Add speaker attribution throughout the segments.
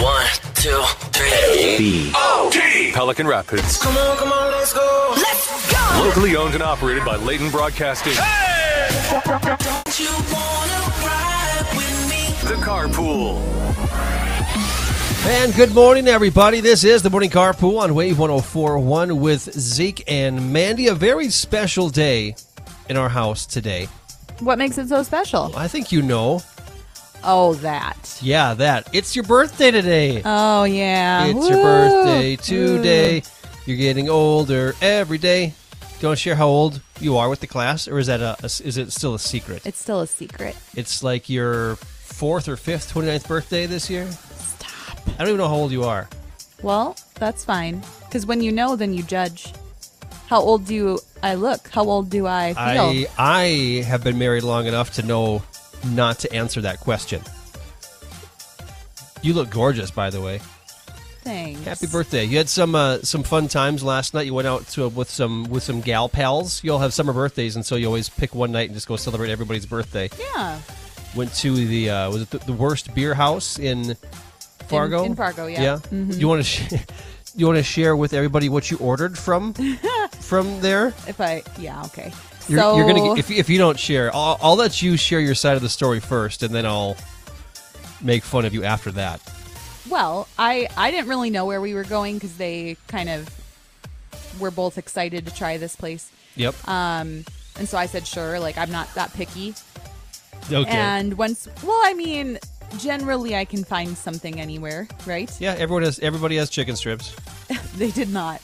Speaker 1: One, two, three.
Speaker 2: Pelican Rapids.
Speaker 1: Come on, come on, let's go.
Speaker 3: Let's go!
Speaker 2: Locally owned and operated by Leighton Broadcasting.
Speaker 1: Don't you wanna ride with me?
Speaker 2: The Carpool.
Speaker 4: And good morning, everybody. This is the Morning Carpool on Wave 1041 with Zeke and Mandy. A very special day in our house today.
Speaker 3: What makes it so special?
Speaker 4: I think you know.
Speaker 3: Oh, that.
Speaker 4: Yeah, that. It's your birthday today.
Speaker 3: Oh, yeah.
Speaker 4: it's your
Speaker 3: Woo!
Speaker 4: birthday today. You're getting older every day. Don't share how old you are with the class, or is that a, a- is it still a secret?
Speaker 3: It's still a secret.
Speaker 4: It's like your fourth or fifth 29th birthday this year. Stop. I don't even know how old you are.
Speaker 3: Well, that's fine. Because when you know, then you judge. How old do you, I look? How old do I feel?
Speaker 4: I I have been married long enough to know not to answer that question. You look gorgeous, by the way.
Speaker 3: Thanks.
Speaker 4: Happy birthday! You had some uh, some fun times last night. You went out to with some with some gal pals. You all have summer birthdays, and so you always pick one night and just go celebrate everybody's birthday.
Speaker 3: Yeah.
Speaker 4: Went to the uh, was it the, the worst beer house in Fargo?
Speaker 3: in Fargo, yeah. Mm-hmm.
Speaker 4: Yeah. You want to sh- you want to share with everybody what you ordered from from there?
Speaker 3: If I, yeah, okay.
Speaker 4: You're,
Speaker 3: so,
Speaker 4: you're gonna get, if if you don't share, I'll, I'll let you share your side of the story first, and then I'll make fun of you after that.
Speaker 3: well, I, I didn't really know where we were going because they kind of were both excited to try this place.
Speaker 4: Yep.
Speaker 3: Um, and so I said, sure, like I'm not that picky.
Speaker 4: okay.
Speaker 3: And once, well, I mean, generally I can find something anywhere, right?
Speaker 4: yeah, everyone has everybody has chicken strips.
Speaker 3: They did not,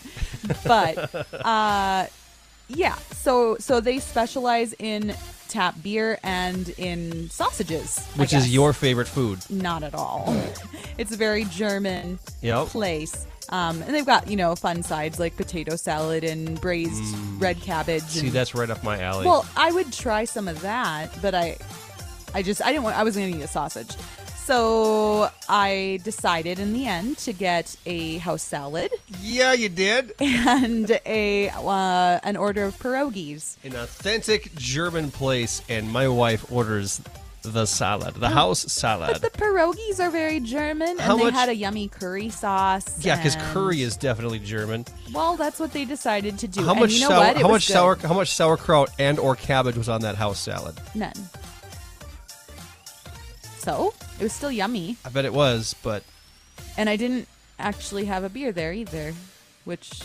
Speaker 3: but uh, yeah. So so they specialize in tap beer and in sausages, I
Speaker 4: which is
Speaker 3: guess.
Speaker 4: your favorite food.
Speaker 3: not at all. it's a very German
Speaker 4: Yep.
Speaker 3: place. Um, and they've got you know fun sides like potato salad and braised red cabbage.
Speaker 4: Mm. See,
Speaker 3: and-
Speaker 4: that's right up my alley.
Speaker 3: Well, I would try some of that, but I, I just I didn't want. I was going to eat a sausage, so I decided in the end to get a house salad
Speaker 4: yeah, you did.
Speaker 3: and a uh, an order of pierogies.
Speaker 4: An authentic German place, and my wife orders the salad, the house salad.
Speaker 3: Oh, The pierogies are very German,
Speaker 4: How
Speaker 3: and they
Speaker 4: much-
Speaker 3: had a yummy curry sauce.
Speaker 4: yeah, because
Speaker 3: and-
Speaker 4: curry is definitely German.
Speaker 3: Well, that's what they decided to do.
Speaker 4: How
Speaker 3: and
Speaker 4: much
Speaker 3: you know
Speaker 4: sour?
Speaker 3: what? It
Speaker 4: How
Speaker 3: was
Speaker 4: much
Speaker 3: good.
Speaker 4: sour? How much sauerkraut and or cabbage was on that house salad?
Speaker 3: None. So it was still yummy.
Speaker 4: I bet it was, but
Speaker 3: And I didn't actually have a beer there either, which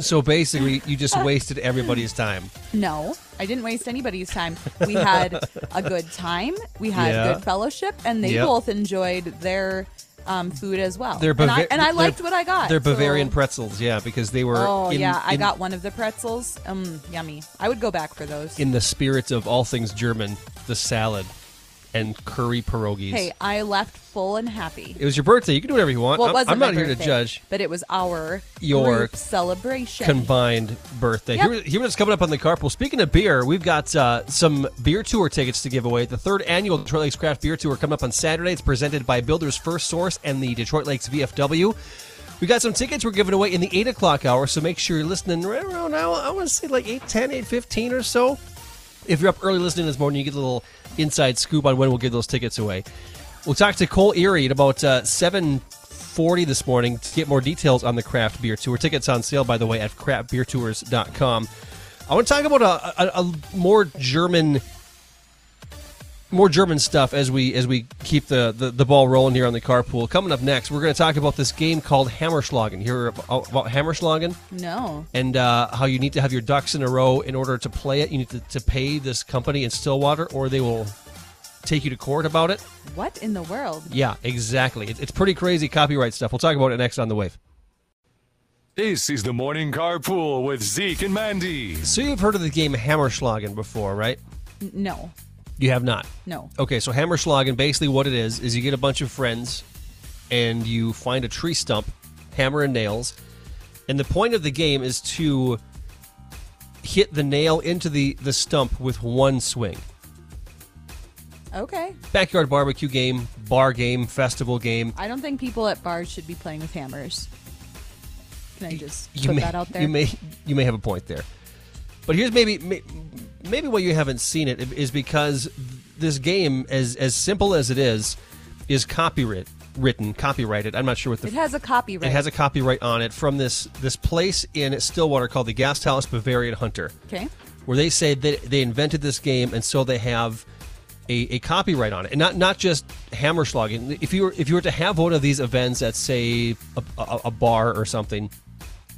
Speaker 4: So basically, you just wasted everybody's time.
Speaker 3: no, I didn't waste anybody's time. We had a good time, we had
Speaker 4: Yeah.
Speaker 3: good fellowship, and they
Speaker 4: Yep.
Speaker 3: both enjoyed their um, food as well.
Speaker 4: They're
Speaker 3: and, I,
Speaker 4: Bava-
Speaker 3: and I
Speaker 4: they're-
Speaker 3: liked what I got.
Speaker 4: They're
Speaker 3: so-
Speaker 4: Bavarian pretzels, yeah, because they were.
Speaker 3: Oh
Speaker 4: in,
Speaker 3: yeah, I
Speaker 4: in-
Speaker 3: got one of the pretzels. Um, yummy. I would go back for those.
Speaker 4: in the spirit of all things German, the salad and curry pierogies.
Speaker 3: Hey, I left full and happy.
Speaker 4: it was your birthday. You can do whatever you want.
Speaker 3: Well, it
Speaker 4: I'm,
Speaker 3: wasn't
Speaker 4: I'm not
Speaker 3: my
Speaker 4: here to
Speaker 3: birthday,
Speaker 4: judge
Speaker 3: but it was our
Speaker 4: Your
Speaker 3: group celebration.
Speaker 4: combined birthday.
Speaker 3: Yep.
Speaker 4: Here, here what's coming up on the carpool. Speaking of beer, we've got uh, some beer tour tickets to give away. The third annual Detroit Lakes Craft Beer Tour coming up on Saturday. It's presented by Builders First Source and the Detroit Lakes VFW. We got some tickets we're giving away in the 8 o'clock hour, so make sure you're listening right around now. I want to say like 8, 10, 8, 15 or so. If you're up early listening this morning, you get a little inside scoop on when we'll give those tickets away. We'll talk to Cole Erie at about uh, 7.40 this morning to get more details on the craft beer tour. Tickets on sale, by the way, at craftbeertours.com. I want to talk about a, a, a more German more German stuff as we as we keep the, the, the ball rolling here on the carpool. Coming up next, we're going to talk about this game called Hammerschlagen. Here about about Hammerschlagen
Speaker 3: No.
Speaker 4: and uh, how you need to have your ducks in a row in order to play it. You need to, to pay this company in Stillwater, or they will take you to court about it.
Speaker 3: What in the world?
Speaker 4: Yeah, exactly. It, it's pretty crazy copyright stuff. We'll talk about it next on the wave.
Speaker 2: This is the Morning Carpool with Zeke and Mandy.
Speaker 4: So you've heard of the game Hammerschlagen before, right?
Speaker 3: N- No.
Speaker 4: You have not.
Speaker 3: No.
Speaker 4: Okay, so Hammerschlagen, basically what it is, is you get a bunch of friends and you find a tree stump, hammer and nails. And the point of the game is to hit the nail into the, the stump with one swing. Oh.
Speaker 3: Okay.
Speaker 4: Backyard barbecue game, bar game, festival game.
Speaker 3: I don't think people at bars should be playing with hammers. Can I just
Speaker 4: You
Speaker 3: put
Speaker 4: may,
Speaker 3: that out there?
Speaker 4: You may you may have a point there. But here's maybe may- maybe why you haven't seen it is because this game as as simple as it is is copyright written, copyrighted. I'm not sure what the
Speaker 3: It has a copyright.
Speaker 4: it has a copyright on it from this this place in Stillwater called the Gasthaus Bavarian Hunter,
Speaker 3: okay.
Speaker 4: where they say that they invented this game and so they have a, a copyright on it, and not not just Hammerschlagen. If you were if you were to have one of these events at say a, a, a bar or something,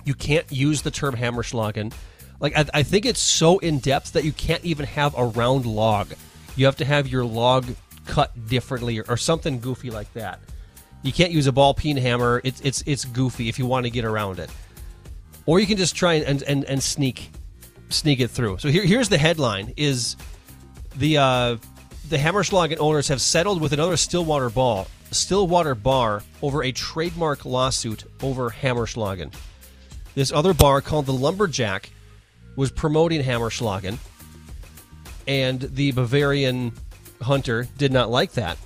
Speaker 4: you can't use the term Hammerschlagen. Like I, I think it's so in depth that you can't even have a round log. You have to have your log cut differently or, or something goofy like that. You can't use a ball peen hammer. It's it's it's goofy if you want to get around it, or you can just try and and, and sneak sneak it through. So here here's the headline: is the uh, the Hammerschlagen owners have settled with another Stillwater ball Stillwater bar over a trademark lawsuit over Hammerschlagen. This other bar called the Lumberjack was promoting Hammerschlagen, and the Bavarian hunter did not like that,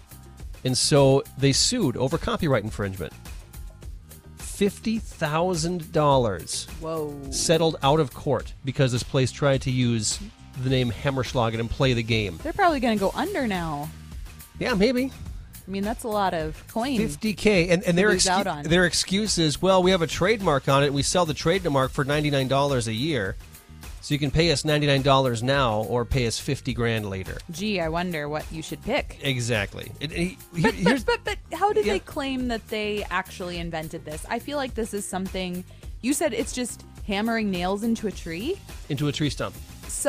Speaker 4: and so they sued over copyright infringement. Fifty thousand dollars
Speaker 3: Whoa.
Speaker 4: settled out of court because this place tried to use the name Hammerschlagen and play the game.
Speaker 3: They're probably going to go under now.
Speaker 4: Yeah, maybe.
Speaker 3: I mean, that's a lot of coins.
Speaker 4: 50k and, and their
Speaker 3: Hmm. Lose out
Speaker 4: excu-
Speaker 3: on.
Speaker 4: their excuse is well we have a trademark on it and we sell the trademark for $99 a year so you can pay us $99 now or pay us 50 grand later
Speaker 3: Gee, I wonder what you should pick.
Speaker 4: exactly It- it- he-
Speaker 3: But,
Speaker 4: here's-
Speaker 3: but, but, but how did
Speaker 4: Yeah.
Speaker 3: they claim that they actually invented this? I feel like this is something you said it's just hammering nails into a tree.
Speaker 4: into a tree stump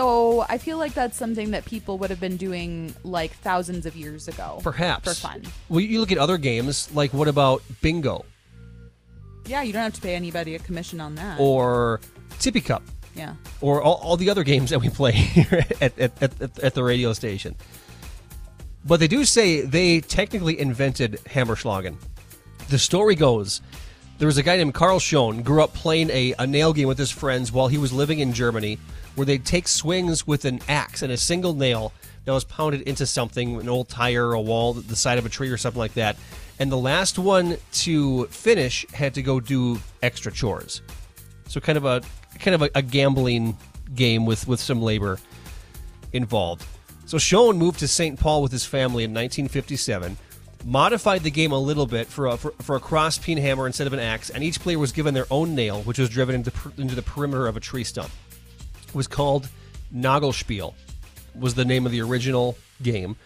Speaker 3: So I feel like that's something that people would have been doing like thousands of years ago.
Speaker 4: perhaps
Speaker 3: For fun.
Speaker 4: well you look at other games like what about bingo
Speaker 3: Yeah, you don't have to pay anybody a commission on that.
Speaker 4: or tippy cup
Speaker 3: yeah.
Speaker 4: or all, all the other games that we play here at, at, at, at the radio station. But they do say they technically invented Hammerschlagen. The story goes there was a guy named Carl Schoen, grew up playing a, a nail game with his friends while he was living in Germany, where they'd take swings with an axe and a single nail that was pounded into something, an old tire, a wall, the side of a tree, or something like that. And the last one to finish had to go do extra chores. So kind of a kind of a, a gambling game with with some labor involved. So Schoen moved to St. Paul with his family in 1957, modified the game a little bit for a, for, for a cross peen hammer instead of an axe, and each player was given their own nail, which was driven into, per- into the perimeter of a tree stump. It was called Nagelspiel, was the name of the original game.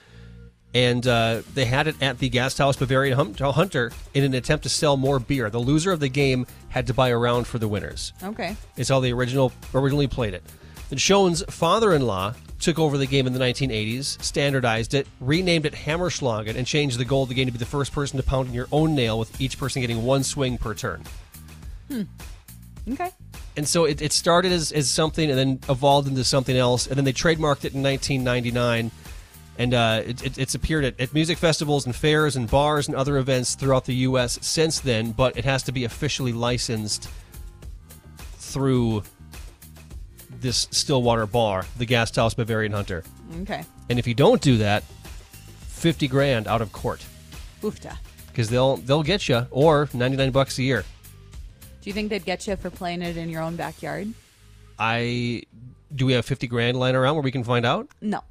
Speaker 4: And uh, they had it at the Gasthaus Bavarian Hum- Hunter in an attempt to sell more beer. The loser of the game had to buy a round for the winners.
Speaker 3: Okay.
Speaker 4: It's how they original originally played it. Then Schoen's father-in-law took over the game in the 1980s, standardized it, renamed it Hammerschlagen, and changed the goal of the game to be the first person to pound in your own nail, with each person getting one swing per turn.
Speaker 3: Okay.
Speaker 4: And so it, it started as, as something and then evolved into something else. And then they trademarked it in 1999. And uh, it, it, it's appeared at, at music festivals and fairs and bars and other events throughout the U.S. since then. But it has to be officially licensed through this Stillwater bar, the Gasthaus Bavarian Hunter.
Speaker 3: Okay.
Speaker 4: And if you don't do that, 50 grand out of court
Speaker 3: Oofta.
Speaker 4: because they'll they'll get you or 99 bucks a year.
Speaker 3: Do you think they'd get you for playing it in your own backyard?
Speaker 4: I do we have 50 grand lying around where we can find out?
Speaker 3: No.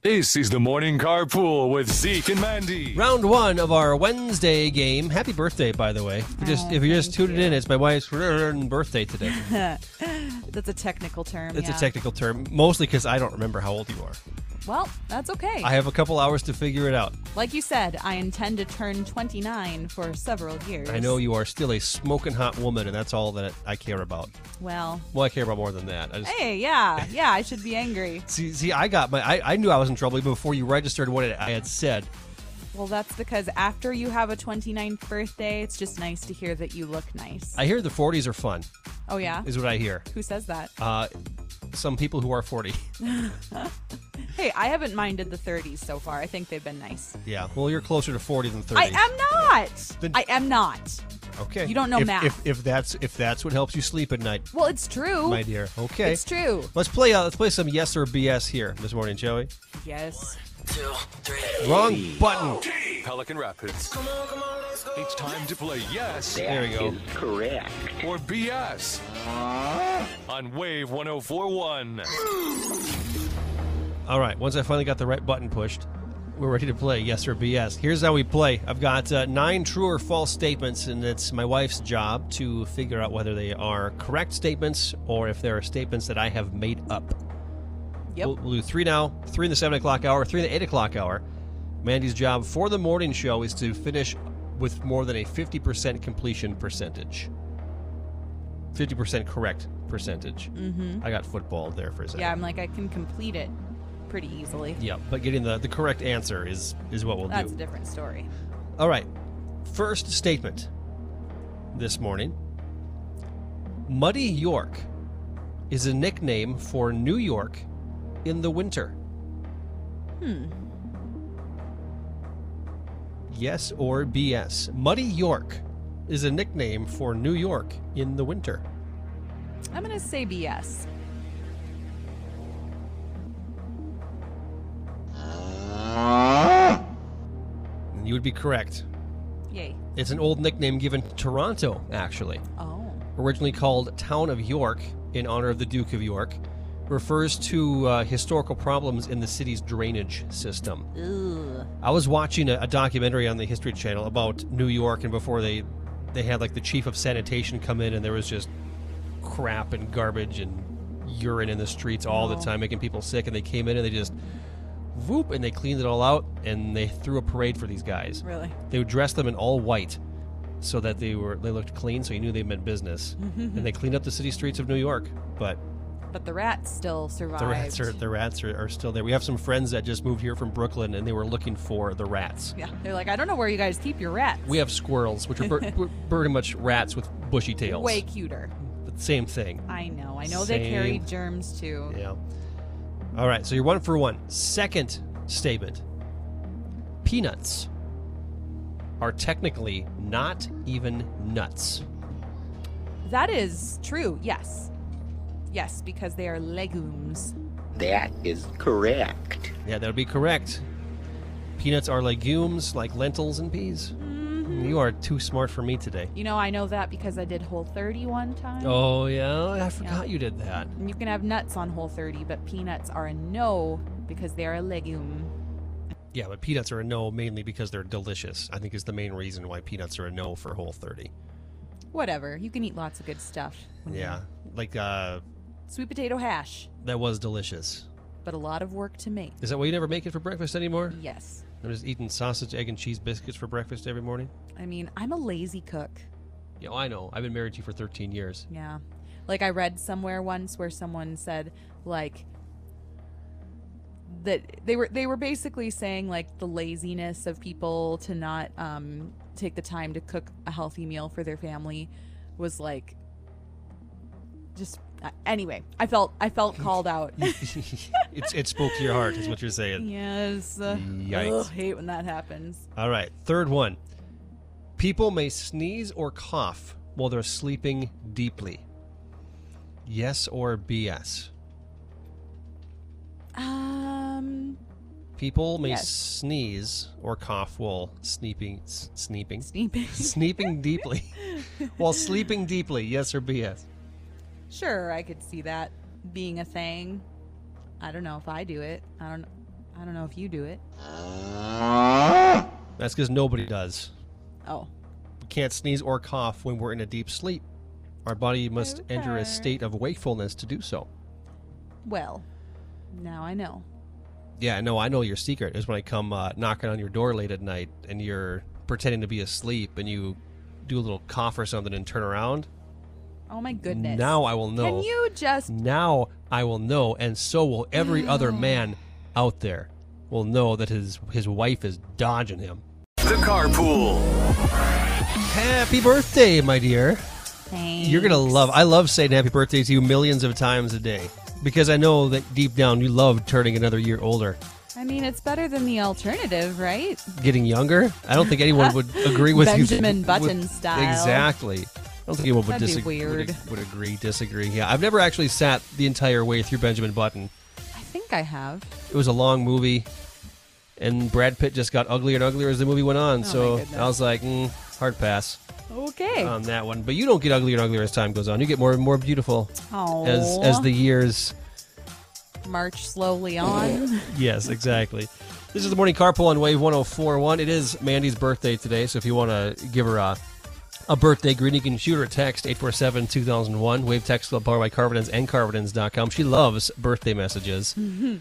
Speaker 2: This is the morning carpool with Zeke and Mandy.
Speaker 4: Round one of our Wednesday game. Happy birthday, by the way. If you just, if you just tuned in, it's my wife's birthday today.
Speaker 3: That's a technical term.
Speaker 4: It's
Speaker 3: yeah.
Speaker 4: a technical term, mostly because I don't remember how old you are.
Speaker 3: Well, that's okay.
Speaker 4: I have a couple hours to figure it out.
Speaker 3: like you said, I intend to turn 29 for several years.
Speaker 4: I know you are still a smoking hot woman, and that's all that I care about.
Speaker 3: Well,
Speaker 4: Well, I care about more than that. I just,
Speaker 3: hey, yeah, yeah, I should be angry.
Speaker 4: see, see, I got my. I, I knew I was in trouble even before you registered what I had said.
Speaker 3: Well, that's because after you have a 29th birthday, it's just nice to hear that you look nice.
Speaker 4: I hear the 40s are fun,
Speaker 3: oh, yeah?
Speaker 4: is what I hear.
Speaker 3: Who says that?
Speaker 4: Uh, some people who are 40.
Speaker 3: hey, I haven't minded the 30s so far. I think they've been nice.
Speaker 4: Yeah. Well, you're closer to 40 than 30.
Speaker 3: I am not.
Speaker 4: Then-
Speaker 3: I am not.
Speaker 4: Okay.
Speaker 3: You don't know
Speaker 4: if,
Speaker 3: math.
Speaker 4: If, if that's if that's what helps you sleep at night,
Speaker 3: Well, it's true.
Speaker 4: my dear. Okay.
Speaker 3: It's true.
Speaker 4: Let's play. Uh, let's play some yes or BS here this morning, Joey.
Speaker 3: Yes.
Speaker 1: two, three.
Speaker 4: Wrong button.
Speaker 2: Pelican Rapids.
Speaker 1: Come on, come on, let's go.
Speaker 2: It's time to play yes
Speaker 4: There we go.
Speaker 5: Correct.
Speaker 2: or BS on Wave 1041.
Speaker 4: All right. Once I finally got the right button pushed, We're ready to play Yes or BS. Here's how we play. I've got uh, nine true or false statements, and it's my wife's job to figure out whether they are correct statements or if there are statements that I have made up.
Speaker 3: Yep.
Speaker 4: We'll, we'll do three now, three in the seven o'clock hour, three in the eight o'clock hour. Mandy's job for the morning show is to finish with more than a 50% completion percentage. 50% correct percentage. Mm-hmm. I got football there for a second.
Speaker 3: Yeah, I'm like I can complete it pretty easily.
Speaker 4: Yeah, but getting the, the correct answer is is what we'll
Speaker 3: That's
Speaker 4: do.
Speaker 3: a different story.
Speaker 4: All right. First statement this morning Muddy York is a nickname for New York in the winter. Hmm. Yes or BS? Muddy York is a nickname for New York in the winter.
Speaker 3: I'm gonna say BS.
Speaker 4: And you would be correct.
Speaker 3: Yay.
Speaker 4: It's an old nickname given to Toronto, actually.
Speaker 3: Oh.
Speaker 4: originally called Town of York in honor of the Duke of York, refers to uh, historical problems in the city's drainage system.
Speaker 3: Ugh.
Speaker 4: I was watching a, a documentary on the History Channel about New York, and before they they had like the chief of sanitation come in, and there was just crap and garbage and urine in the streets all the
Speaker 3: Oh.
Speaker 4: time, making people sick. And they came in and they just whoop and they cleaned it all out, and they threw a parade for these guys.
Speaker 3: Really?
Speaker 4: They would dress them in all white so that they were they looked clean so you knew they meant business. and they cleaned up the city streets of New York. But
Speaker 3: But the rats still survived.
Speaker 4: the rats are the rats are, are still there. We have some friends that just moved here from Brooklyn and they were looking for the rats.
Speaker 3: Yeah. They're like, I don't know where you guys keep your rats.
Speaker 4: We have squirrels, which are per- per- pretty much rats with bushy tails.
Speaker 3: way cuter.
Speaker 4: But same thing.
Speaker 3: I know. I know they
Speaker 4: Same.
Speaker 3: carry germs too.
Speaker 4: Yeah. All right, so you're one for one. Second statement. Peanuts are technically not even nuts.
Speaker 3: That is true. Yes. Yes, because they are legumes.
Speaker 5: That is correct.
Speaker 4: Yeah, that would be correct. Peanuts are legumes like lentils and peas. You are too smart for me today.
Speaker 3: You know, I know that because I did Whole 30 one time.
Speaker 4: Oh, yeah, I forgot you did that.
Speaker 3: And you can have nuts on Whole 30, but peanuts are a no because they are a legume.
Speaker 4: Yeah, but peanuts are a no mainly because they're delicious. I think is the main reason why peanuts are a no for Whole 30.
Speaker 3: Whatever. You can eat lots of good stuff.
Speaker 4: Yeah, like uh,
Speaker 3: Sweet potato hash,
Speaker 4: that was delicious.
Speaker 3: but a lot of work to make.
Speaker 4: Is that why you never make it for breakfast anymore?
Speaker 3: Yes.
Speaker 4: I'm just eating sausage, egg, and cheese biscuits for breakfast every morning.
Speaker 3: I mean, I'm a lazy cook.
Speaker 4: Yeah, I know. I've been married to you for 13 years.
Speaker 3: Yeah. Like I read somewhere once where someone said like that they were they were basically saying like the laziness of people to not um take the time to cook a healthy meal for their family was like just uh, anyway, I felt I felt called out.
Speaker 4: it's it spoke to your heart, is what you're saying.
Speaker 3: yes. Uh,
Speaker 4: Yikes.
Speaker 3: ugh, hate when that happens.
Speaker 4: All right, third one. People may sneeze or cough while they're sleeping deeply. Yes or BS?
Speaker 3: Um
Speaker 4: People may
Speaker 3: Yes.
Speaker 4: sneeze or cough while sleeping, s- sleeping,
Speaker 3: sleeping.
Speaker 4: sleeping deeply, while sleeping deeply. Yes or BS?
Speaker 3: Sure, I could see that being a thing. I don't know if I do it. I don't. I don't know if you do it.
Speaker 4: That's because nobody does.
Speaker 3: Oh,
Speaker 4: We can't sneeze or cough when we're in a deep sleep. Our body must enter
Speaker 3: Okay.
Speaker 4: a state of wakefulness to do so.
Speaker 3: well, now I know.
Speaker 4: Yeah, no, I know your secret is when I come uh, knocking on your door late at night and you're pretending to be asleep and you do a little cough or something and turn around.
Speaker 3: Oh my goodness.
Speaker 4: Now I will know.
Speaker 3: Can you just?
Speaker 4: Now I will know, and so will every other man out there will know that his his wife is dodging him.
Speaker 2: The carpool.
Speaker 4: Happy birthday, my dear. You're gonna love. I love saying happy birthday to you millions of times a day because I know that deep down you love turning another year older.
Speaker 3: I mean, it's better than the alternative, right?
Speaker 4: getting younger. I don't think anyone would agree with you.
Speaker 3: Benjamin
Speaker 4: with-
Speaker 3: Button style.
Speaker 4: Exactly. I don't think anyone would
Speaker 3: That'd be
Speaker 4: disagree. Would,
Speaker 3: weird.
Speaker 4: ag- would agree, disagree. Yeah, I've never actually sat the entire way through Benjamin Button.
Speaker 3: I think I have.
Speaker 4: It was a long movie, and Brad Pitt just got uglier and uglier as the movie went on.
Speaker 3: Oh, my
Speaker 4: so
Speaker 3: goodness.
Speaker 4: I was like, mm, hard pass
Speaker 3: Okay.
Speaker 4: on that one. But you don't get uglier and uglier as time goes on. You get more and more beautiful as as the years.
Speaker 3: march slowly on.
Speaker 4: Yes, exactly. This is the morning carpool on Wave 1041. It is Mandy's birthday today, so if you want to give her a, a birthday greeting, you can shoot her a text 847 2001. Wave text club powered by Carvidens and Carvidens.com. She loves birthday messages.
Speaker 3: Mm-hmm.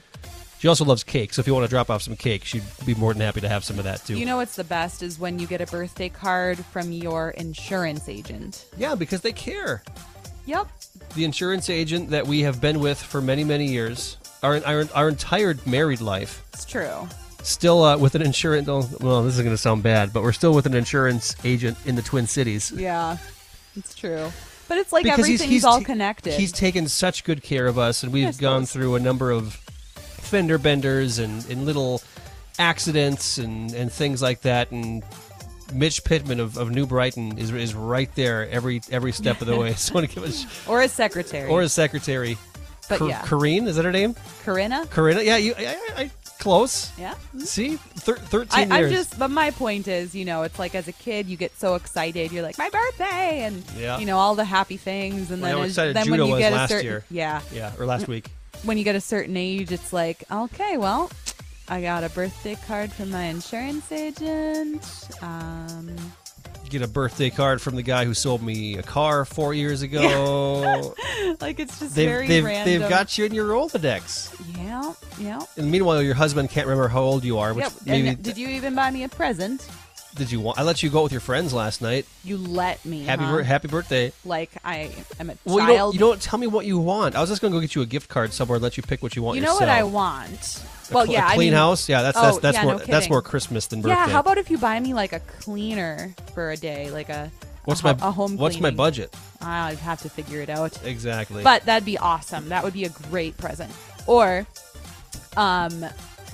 Speaker 4: She also loves cake, so if you want to drop off some cake, she'd be more than happy to have some of that too.
Speaker 3: You know what's the best is when you get a birthday card from your insurance agent.
Speaker 4: yeah, because they care.
Speaker 3: Yep.
Speaker 4: the insurance agent that we have been with for many many years our our, our entire married life
Speaker 3: It's true.
Speaker 4: still uh, with an insurance oh, well this is going to sound bad but we're still with an insurance agent in the twin cities
Speaker 3: Yeah. It's true. But it's like everything's
Speaker 4: ta-
Speaker 3: all connected.
Speaker 4: he's taken such good care of us and we've
Speaker 3: Yes,
Speaker 4: gone
Speaker 3: those-
Speaker 4: through a number of fender benders and, and little accidents and, and things like that and Mitch Pittman of, of New Brighton is, is right there every every step of the way. So I want to give a sh-
Speaker 3: or a secretary.
Speaker 4: or his secretary,
Speaker 3: But
Speaker 4: Cor-
Speaker 3: yeah.
Speaker 4: Corrine is that her name?
Speaker 3: Corinna.
Speaker 4: Corinna, yeah, you, I, I, I close.
Speaker 3: Yeah.
Speaker 4: See, Thir-
Speaker 3: I,
Speaker 4: thirteen
Speaker 3: I'm
Speaker 4: years.
Speaker 3: just, but my point is, you know, it's like as a kid, you get so excited. You're like, my birthday, and
Speaker 4: Yeah.
Speaker 3: you know all the happy things, and
Speaker 4: Well, how
Speaker 3: then, as-
Speaker 4: excited
Speaker 3: then when
Speaker 4: Judah
Speaker 3: you
Speaker 4: was
Speaker 3: get a
Speaker 4: last
Speaker 3: certain,
Speaker 4: year.
Speaker 3: yeah,
Speaker 4: yeah, or last week.
Speaker 3: when you get a certain age, it's like, okay, well, I got a birthday card from my insurance agent. Um,
Speaker 4: Get a birthday card from the guy who sold me a car four years ago.
Speaker 3: like it's just very
Speaker 4: they've, they've,
Speaker 3: random.
Speaker 4: they've got you in your Rolodex.
Speaker 3: yeah, yeah.
Speaker 4: And meanwhile, your husband can't remember how old you are. Which
Speaker 3: Yep.
Speaker 4: maybe
Speaker 3: And did you even buy me a present?
Speaker 4: did you want? I let you go out with your friends last night.
Speaker 3: You let me.
Speaker 4: Happy
Speaker 3: huh?
Speaker 4: bir- happy birthday.
Speaker 3: Like I am a
Speaker 4: Well, you
Speaker 3: Uh-huh. child.
Speaker 4: don't, you don't tell me what you want. I was just gonna go get you a gift card somewhere and let you pick what you want.
Speaker 3: You know what
Speaker 4: yourself.
Speaker 3: I want? Well,
Speaker 4: Cl-
Speaker 3: yeah,
Speaker 4: a
Speaker 3: I
Speaker 4: clean
Speaker 3: mean-
Speaker 4: house. Yeah, that's
Speaker 3: Oh,
Speaker 4: that's that's
Speaker 3: yeah,
Speaker 4: more
Speaker 3: no
Speaker 4: that's
Speaker 3: kidding.
Speaker 4: more Christmas than birthday.
Speaker 3: Yeah, how about if you buy me like a cleaner for a day, like a
Speaker 4: what's
Speaker 3: a,
Speaker 4: my
Speaker 3: ho- a home?
Speaker 4: what's my
Speaker 3: cleaning?
Speaker 4: budget
Speaker 3: I'd have to figure it out.
Speaker 4: exactly?
Speaker 3: But that'd be awesome. That would be a great present. Or, um,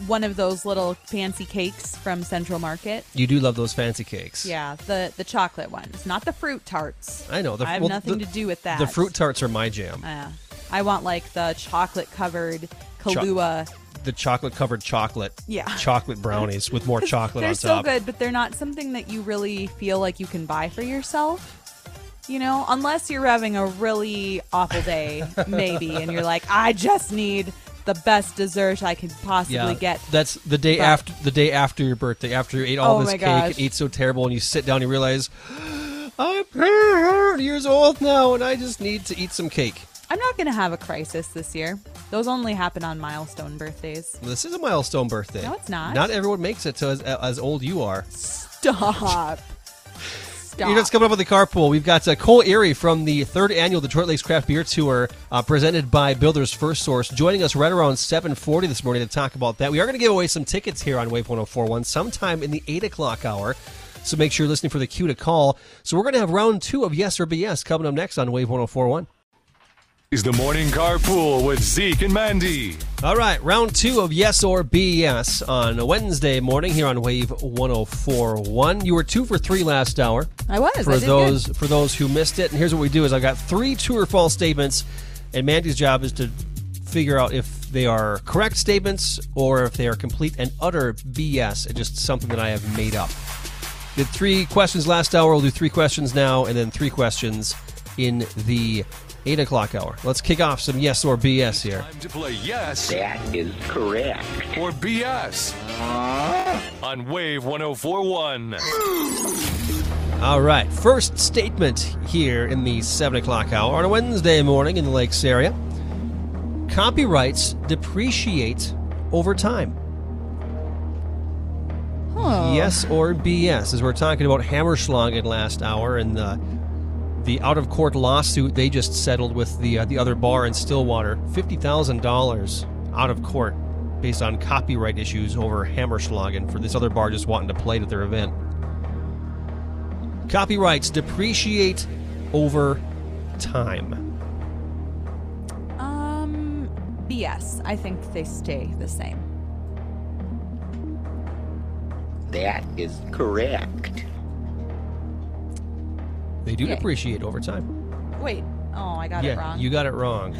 Speaker 3: one of those little fancy cakes from Central Market.
Speaker 4: You do love those fancy cakes.
Speaker 3: Yeah, the the chocolate ones, not the fruit tarts.
Speaker 4: I know. The,
Speaker 3: I have
Speaker 4: well,
Speaker 3: nothing
Speaker 4: the-
Speaker 3: to do with that.
Speaker 4: The fruit tarts are my jam.
Speaker 3: Yeah. I want like the chocolate covered Kahlua.
Speaker 4: The chocolate covered chocolate.
Speaker 3: Yeah.
Speaker 4: Chocolate brownies with more
Speaker 3: 'Cause
Speaker 4: chocolate
Speaker 3: they're
Speaker 4: on
Speaker 3: so
Speaker 4: top.
Speaker 3: good but they're not something that you really feel like you can buy for yourself you know unless you're having a really awful day maybe and you're like i just need the best dessert i could possibly
Speaker 4: Yeah,
Speaker 3: get
Speaker 4: that's the day
Speaker 3: But-
Speaker 4: after the day after your birthday. After you ate all
Speaker 3: Oh
Speaker 4: this
Speaker 3: my
Speaker 4: cake,
Speaker 3: gosh.
Speaker 4: it ate so terrible, and you sit down, and you realize I'm 100 years old now, and I just need to eat some cake.
Speaker 3: i'm not gonna have a crisis this year those only happen on milestone birthdays
Speaker 4: This is a milestone birthday.
Speaker 3: No, it's not.
Speaker 4: Not everyone makes it to as, as old you are.
Speaker 3: stop stop
Speaker 4: You're just coming up with the carpool. We've got uh, Cole Erie from the third annual Detroit Lakes Craft Beer Tour, uh, presented by Builders First Source, joining us right around 7:40 this morning to talk about that. We are going to give away some tickets here on Wave 104.1 sometime in the eight o'clock hour. So make sure you're listening for the cue to call. So we're going to have round two of Yes or BS coming up next on Wave 104.1.
Speaker 2: Is the morning carpool with Zeke and Mandy.
Speaker 4: All right, round two of Yes or BS on a Wednesday morning here on Wave 104.1. You were two for three last hour.
Speaker 3: i was I
Speaker 4: for
Speaker 3: did good.
Speaker 4: those for those who missed it. And here's what we do: is I've got three true or false statements, and Mandy's job is to figure out if they are correct statements or if they are complete and utter BS and just something that I have made up. Did three questions last hour. We'll do three questions now, and then three questions in the eight o'clock hour. Let's kick off some yes or BS here.
Speaker 2: Time to play yes
Speaker 5: That is correct.
Speaker 2: or BS on Wave 1041.
Speaker 4: All right, first statement here in the 7 o'clock hour on a Wednesday morning in the Lakes area. Copyrights depreciate over time.
Speaker 3: Huh.
Speaker 4: Yes or BS? As we are talking about Hammerschlagen last hour and the, the out of court lawsuit they just settled with the, uh, the other bar in Stillwater $50,000 out of court based on copyright issues over Hammerschlagen for this other bar just wanting to play at their event. Copyrights depreciate over time.
Speaker 3: um bs i think they stay the same
Speaker 5: That is correct.
Speaker 4: They do
Speaker 3: Yay.
Speaker 4: depreciate over time.
Speaker 3: wait oh i got
Speaker 4: yeah,
Speaker 3: it wrong
Speaker 4: you got it wrong.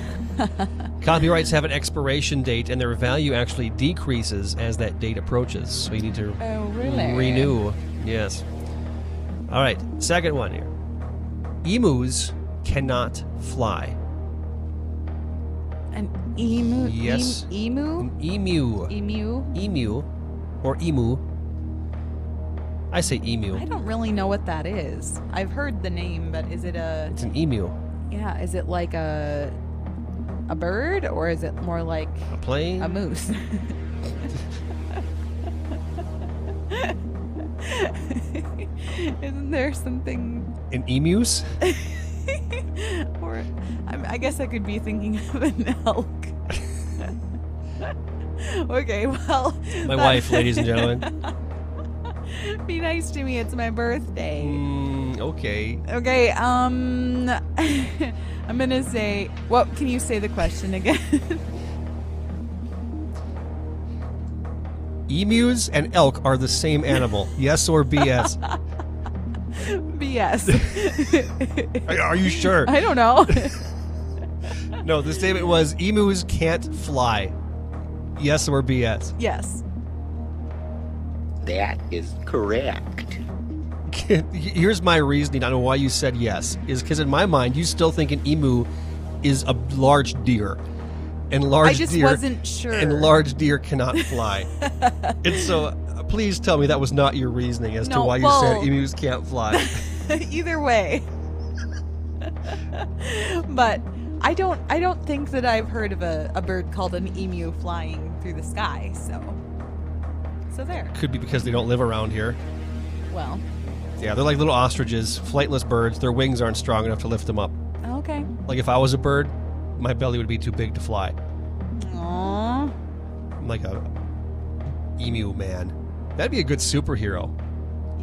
Speaker 4: Copyrights have an expiration date, and their value actually decreases as that date approaches. So you need to
Speaker 3: oh really
Speaker 4: renew. Yes. All right, second one here. Emus cannot fly.
Speaker 3: An emu?
Speaker 4: Yes.
Speaker 3: em- emu?
Speaker 4: An emu.
Speaker 3: Emu?
Speaker 4: Emu or emu. I say emu.
Speaker 3: I don't really know what that is. I've heard the name, but is it a
Speaker 4: It's an emu.
Speaker 3: yeah? Is it like a a bird or is it more like
Speaker 4: A plane.
Speaker 3: a moose? Isn't there something?
Speaker 4: an emus?
Speaker 3: Or I'm, I guess I could be thinking of an elk. okay, well,
Speaker 4: My
Speaker 3: that-
Speaker 4: wife, ladies and gentlemen.
Speaker 3: be nice to me. It's my birthday.
Speaker 4: Mm, okay.
Speaker 3: Okay, um I'm gonna say what can you say the question again?
Speaker 4: Emus and elk are the same animal. yes or BS?
Speaker 3: BS.
Speaker 4: Are- Are you sure?
Speaker 3: I don't know.
Speaker 4: No, the statement was emus can't fly. Yes or BS?
Speaker 3: yes.
Speaker 5: That is correct.
Speaker 4: Here's my reasoning on why you said yes is because in my mind you still think an emu is a large deer, and large
Speaker 3: I just
Speaker 4: deer
Speaker 3: wasn't sure.
Speaker 4: and large deer cannot fly. and so, uh, please tell me that was not your reasoning as to
Speaker 3: No,
Speaker 4: why you
Speaker 3: well-
Speaker 4: said emus can't fly.
Speaker 3: Either way. but I don't I don't think that I've heard of a, a bird called an emu flying through the sky, so so there.
Speaker 4: Could be because they don't live around here.
Speaker 3: Well.
Speaker 4: Yeah, they're like little ostriches, flightless birds. Their wings aren't strong enough to lift them up.
Speaker 3: Okay.
Speaker 4: Like if I was a bird, my belly would be too big to fly.
Speaker 3: Aww.
Speaker 4: I'm like a emu man. That'd be a good superhero.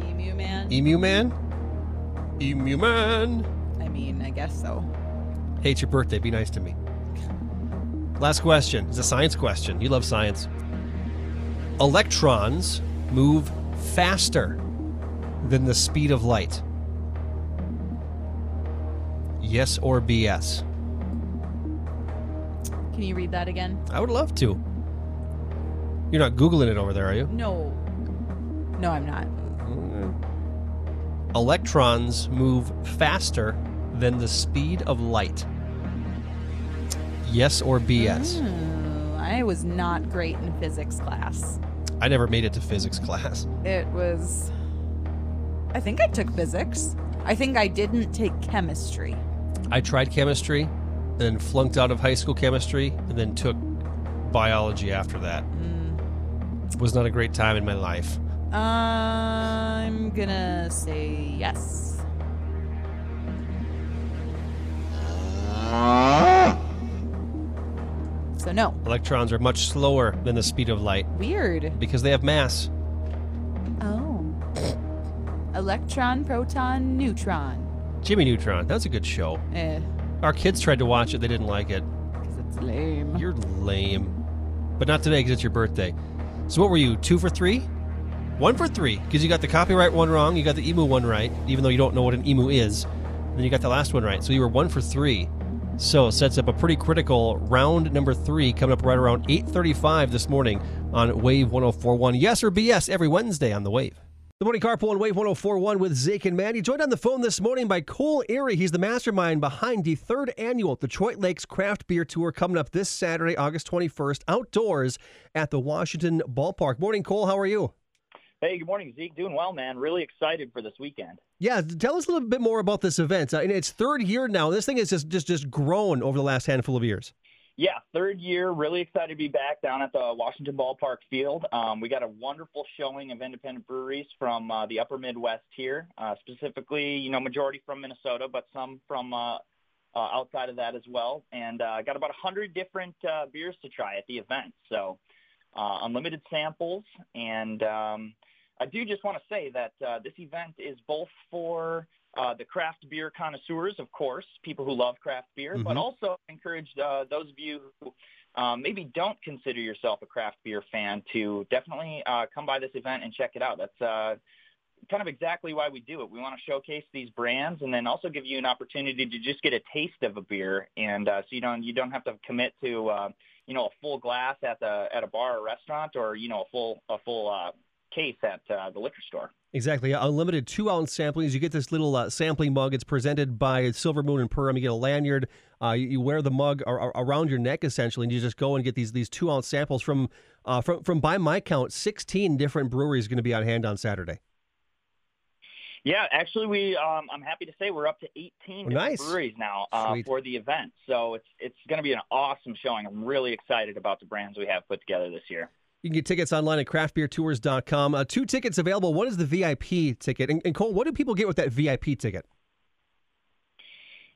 Speaker 3: Emu man.
Speaker 4: Emu man? Emu man!
Speaker 3: I mean, I guess so.
Speaker 4: Hey, it's your birthday. Be nice to me. Last question. It's a science question. You love science. Electrons move faster than the speed of light. Yes or BS?
Speaker 3: Can you read that again?
Speaker 4: I would love to. You're not Googling it over there, are you?
Speaker 3: No. No, I'm not.
Speaker 4: Electrons move faster than the speed of light. Yes or BS?
Speaker 3: Hmm, I was not great in physics class.
Speaker 4: I never made it to physics class.
Speaker 3: It was. I think I took physics. I think I didn't take chemistry.
Speaker 4: I tried chemistry and then flunked out of high school chemistry and then took biology after that. Was not a great time in my life.
Speaker 3: I'm gonna say yes. So, no.
Speaker 4: Electrons are much slower than the speed of light
Speaker 3: Weird.
Speaker 4: because they have mass.
Speaker 3: Oh. Electron, proton, neutron.
Speaker 4: Jimmy Neutron, that was a good show.
Speaker 3: Eh,
Speaker 4: Our kids tried to watch it, they didn't like it.
Speaker 3: because it's lame.
Speaker 4: You're lame. But not today because it's your birthday. So what were you, two for three? One for three, because you got the copyright one wrong, you got the emu one right, even though you don't know what an emu is. And then you got the last one right. So you were one for three. So it sets up a pretty critical round number three coming up right around 8.35 this morning on Wave 1041. Yes or BS every Wednesday on The Wave. Good morning, Carpool and Wave 1041 with Zeke and Maddie. Joined on the phone this morning by Cole Erie. He's the mastermind behind the third annual Detroit Lakes Craft Beer Tour coming up this Saturday, August 21st, outdoors at the Washington Ballpark. Morning, Cole. How are you?
Speaker 6: Hey, good morning, Zeke. Doing well, man. Really excited for this weekend.
Speaker 4: Yeah, tell us a little bit more about this event. Uh, in its third year now, this thing has just, just just grown over the last handful of years.
Speaker 6: Yeah, third year. Really excited to be back down at the Washington Ballpark Field. Um, we got a wonderful showing of independent breweries from uh, the Upper Midwest here, uh, specifically, you know, majority from Minnesota, but some from uh, uh, outside of that as well. And uh, got about 100 different uh, beers to try at the event. So uh, unlimited samples. And um, I do just want to say that uh, this event is both for uh, the craft beer connoisseurs, of course, people who love craft beer, but
Speaker 4: Mhm.
Speaker 6: also encourage uh, those of you who um, maybe don't consider yourself a craft beer fan to definitely uh, come by this event and check it out. That's uh, kind of exactly why we do it. We want to showcase these brands and then also give you an opportunity to just get a taste of a beer, and uh, so you don't you don't have to commit to uh, you know a full glass at the at a bar or restaurant or you know a full a full uh, case at uh, the liquor store.
Speaker 4: Exactly. Uh, Unlimited two ounce samplings. You get this little uh, sampling mug. It's presented by Silver Moon and Purim. You get a lanyard. Uh, you, you wear the mug ar- ar- around your neck essentially, and you just go and get these these two ounce samples from uh, from from by my count, sixteen different breweries going to be on hand on Saturday.
Speaker 6: Yeah, actually, we um, I'm happy to say we're up to 18 different
Speaker 4: Oh, Nice.
Speaker 6: breweries now uh,
Speaker 4: Sweet.
Speaker 6: for the event. So it's it's going to be an awesome showing. I'm really excited about the brands we have put together this year.
Speaker 4: You can get tickets online at craftbeertours.com. Uh, two tickets available. One is the VIP ticket, and, and Cole, what do people get with that VIP ticket?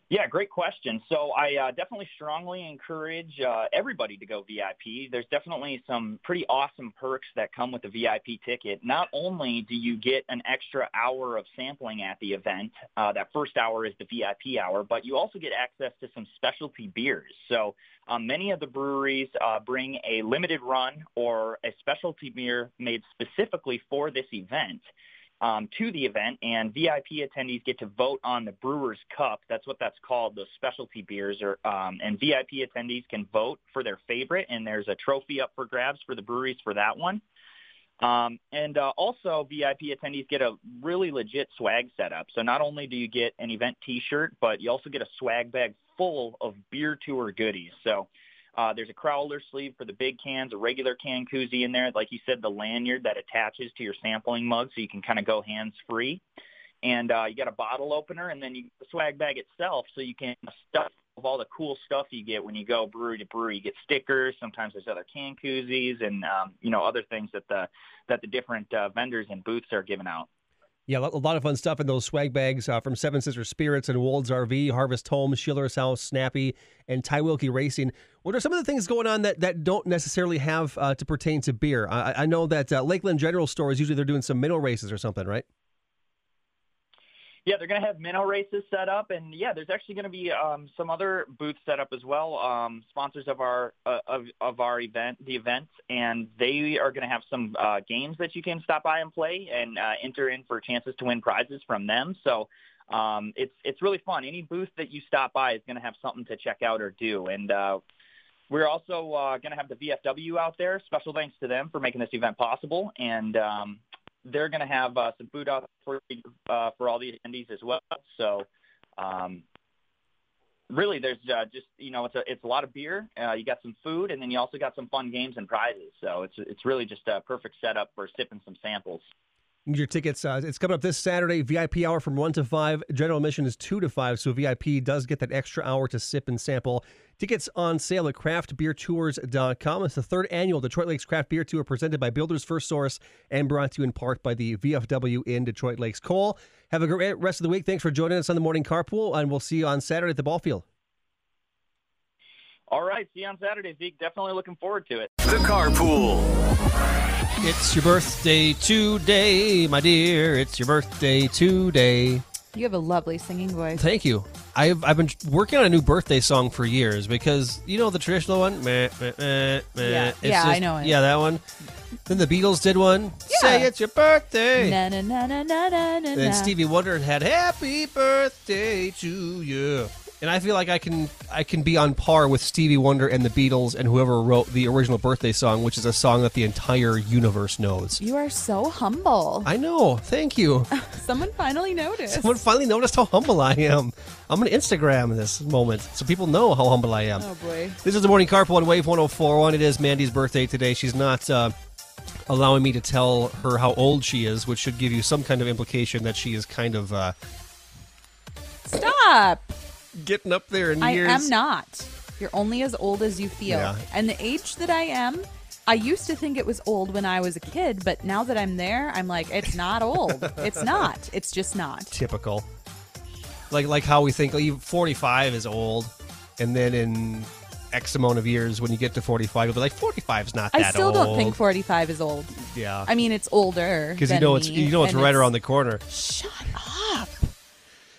Speaker 6: Yeah, great question. So I uh, definitely strongly encourage uh, everybody to go VIP. There's definitely some pretty awesome perks that come with the VIP ticket. Not only do you get an extra hour of sampling at the event, uh, that first hour is the VIP hour, but you also get access to some specialty beers. So um, many of the breweries uh, bring a limited run or a specialty beer made specifically for this event um, to the event, and VIP attendees get to vote on the Brewers Cup. That's what that's called. Those specialty beers are, um, and VIP attendees can vote for their favorite, and there's a trophy up for grabs for the breweries for that one. Um, and uh, also, VIP attendees get a really legit swag setup. So not only do you get an event T-shirt, but you also get a swag bag full of beer tour goodies. So uh, there's a crowler sleeve for the big cans, a regular can koozie in there, like you said, the lanyard that attaches to your sampling mug, so you can kind of go hands free. And uh, you got a bottle opener, and then you the swag bag itself, so you can stuff of all the cool stuff you get when you go brewery to brewery. You get stickers. Sometimes there's other can koozies, and um, you know other things that the that the different uh, vendors and booths are giving out.
Speaker 4: Yeah, a lot- a lot of fun stuff in those swag bags uh, from Seven Sisters Spirits and Wold's RV, Harvest Home, Schiller's House, Snappy, and Ty Wilkie Racing. What are some of the things going on that, that don't necessarily have uh, to pertain to beer? I, I- I know that uh, Lakeland General Store is usually they're doing some minnow races or something, right?
Speaker 6: Yeah, they're going to have minnow races set up, and yeah, there's actually going to be um, some other booths set up as well. Um, sponsors of our uh, of of our event, the event, and they are going to have some uh, games that you can stop by and play and uh, enter in for chances to win prizes from them. So um, it's it's really fun. Any booth that you stop by is going to have something to check out or do, and. Uh, we're also uh, going to have the VFW out there. Special thanks to them for making this event possible, and um, they're going to have uh, some food out for uh, for all the attendees as well. So, um, really, there's uh, just you know it's a it's a lot of beer. Uh, you got some food, and then you also got some fun games and prizes. So it's it's really just a perfect setup for sipping some samples.
Speaker 4: Your tickets, uh, it's coming up this Saturday, VIP hour from 1 to 5. General admission is 2 to 5, so VIP does get that extra hour to sip and sample. Tickets on sale at craftbeertours.com. It's the third annual Detroit Lakes Craft Beer Tour presented by Builders First Source and brought to you in part by the VFW in Detroit Lakes. Cole, have a great rest of the week. Thanks for joining us on the morning carpool, and we'll see you on Saturday at the ball field.
Speaker 6: All right, see you on Saturday, Zeke. Definitely looking forward to it.
Speaker 2: The carpool.
Speaker 4: It's your birthday today, my dear. It's your birthday today.
Speaker 3: You have a lovely singing voice.
Speaker 4: Thank you. I've I've been working on a new birthday song for years because you know the traditional one. Meh, meh, meh, meh.
Speaker 3: Yeah.
Speaker 4: It's
Speaker 3: Yeah, I know it.
Speaker 4: Yeah, that one. Then the Beatles did one. Say it's your birthday.
Speaker 3: Na na na na na na na.
Speaker 4: And then
Speaker 3: na.
Speaker 4: Stevie Wonder had Happy Birthday to you. And I feel like I can I can be on par with Stevie Wonder and the Beatles and whoever wrote the original birthday song, which is a song that the entire universe knows.
Speaker 3: You are so humble.
Speaker 4: I know. Thank you.
Speaker 3: Someone finally noticed.
Speaker 4: Someone finally noticed how humble I am. I'm going to Instagram this moment so people know how humble I am.
Speaker 3: Oh boy.
Speaker 4: This is the morning carpool on Wave 1041. It is Mandy's birthday today. She's not uh, allowing me to tell her how old she is, which should give you some kind of implication that she is kind of uh,
Speaker 3: Stop.
Speaker 4: getting up there in
Speaker 3: I
Speaker 4: years.
Speaker 3: am not. You're only as old as you feel.
Speaker 4: Yeah.
Speaker 3: And the age that I am, I used to think it was old when I was a kid, but now that I'm there, I'm like, it's not old. it's not. It's just not.
Speaker 4: typical. Like like how we think like, even 45 is old, and then in X amount of years, when you get to 45, you'll be like 45 is not that
Speaker 3: I still
Speaker 4: old.
Speaker 3: don't think 45 is old.
Speaker 4: Yeah,
Speaker 3: I mean, it's older.
Speaker 4: because you
Speaker 3: than
Speaker 4: know it's
Speaker 3: me,
Speaker 4: you know it's
Speaker 3: and
Speaker 4: right around the corner.
Speaker 3: Shut up.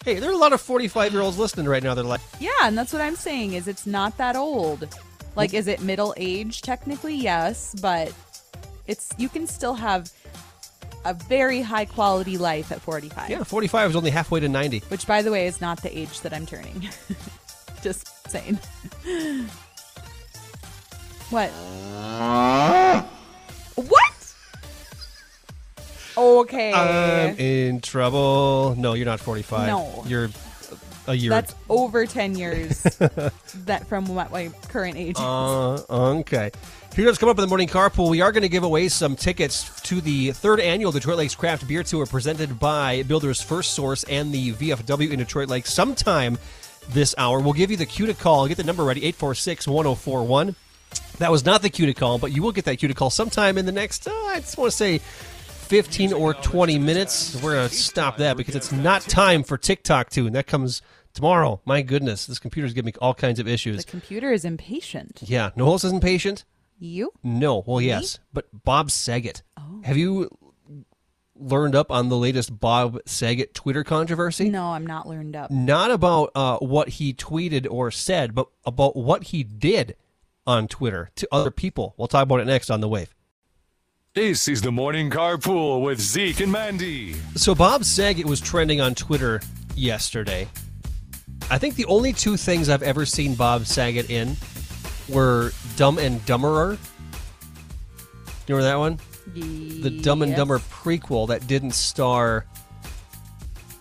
Speaker 4: Hey, there are a lot of 45 year olds listening right now. They're like,
Speaker 3: Yeah, and that's what I'm saying is it's not that old. Like is it middle age technically? Yes, but it's you can still have a very high quality life at 45.
Speaker 4: yeah, 45 is only halfway to 90.
Speaker 3: Which by the way is not the age that I'm turning. Just saying. what? What? Okay.
Speaker 4: I'm in trouble. No, you're not 45.
Speaker 3: No.
Speaker 4: You're a year.
Speaker 3: That's over 10 years that from what my current age is.
Speaker 4: Uh, okay. Here what's coming up in the morning carpool. We are going to give away some tickets to the third annual Detroit Lakes Craft Beer Tour presented by Builders First Source and the VFW in Detroit Lakes sometime this hour. We'll give you the cue to call. Get the number ready 846 1041. That was not the cue to call, but you will get that cue to call sometime in the next, uh, I just want to say, 15 or 20 minutes. We're going to stop that because it's not time for TikTok tune. That comes tomorrow. My goodness, this computer's giving me all kinds of
Speaker 3: The
Speaker 4: issues.
Speaker 3: computer is impatient.
Speaker 4: Yeah, Knowles isn't patient.
Speaker 3: You?
Speaker 4: No, well, yes, but Bob Saget. Have you learned up on the latest Bob Saget Twitter controversy?
Speaker 3: No, I'm not learned up.
Speaker 4: Not about uh, what he tweeted or said, but about what he did on Twitter to other people. We'll talk about it next on the wave.
Speaker 2: This is the morning carpool with Zeke and Mandy.
Speaker 4: So Bob Saget was trending on Twitter yesterday. I think the only two things I've ever seen Bob Saget in were Dumb and Dumberer. You remember that one? the Dumb and
Speaker 3: Yes.
Speaker 4: Dumber prequel that didn't star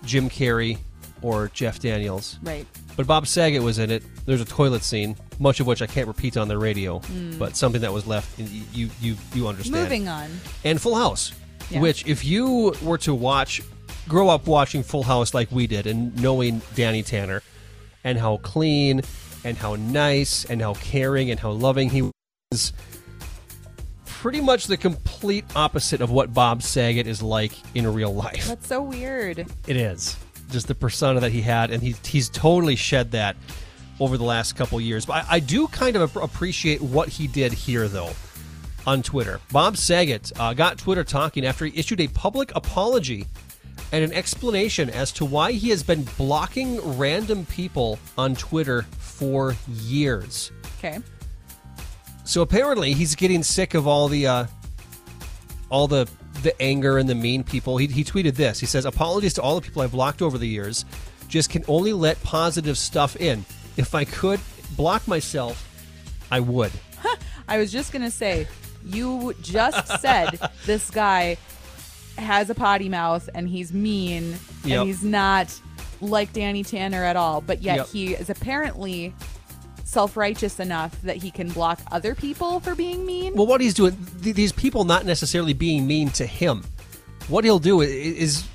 Speaker 4: Jim Carrey or Jeff Daniels.
Speaker 3: Right.
Speaker 4: But Bob Saget was in it. There's a toilet scene, much of which I can't repeat on the radio, but something that was left. And y- you you you understand.
Speaker 3: Hmm. Moving on.
Speaker 4: And Full House,
Speaker 3: Yeah.
Speaker 4: which if you were to watch, grow up watching Full House like we did, and knowing Danny Tanner, and how clean, and how nice, and how caring, and how loving he was pretty much the complete opposite of what Bob Saget is like in real life.
Speaker 3: That's so weird.
Speaker 4: It is just the persona that he had, and he's he's totally shed that over the last couple years. But I, I do kind of ap- appreciate what he did here, though, on Twitter. Bob Saget uh, got Twitter talking after he issued a public apology and an explanation as to why he has been blocking random people on Twitter for years.
Speaker 3: Okay.
Speaker 4: So apparently, he's getting sick of all the uh, all the the anger and the mean people. He, he tweeted this. He says, "Apologies to all the people I've blocked over the years. Just can only let positive stuff in. If I could block myself, I would."
Speaker 3: I was just going to say, you just said this guy has a potty mouth and he's mean
Speaker 4: Yep.
Speaker 3: and he's not like Danny Tanner at all, but yet
Speaker 4: Yep.
Speaker 3: he is apparently self righteous enough that he can block other people for being mean.
Speaker 4: Well, what he's doing, th- these people not necessarily being mean to him. What he'll do i- is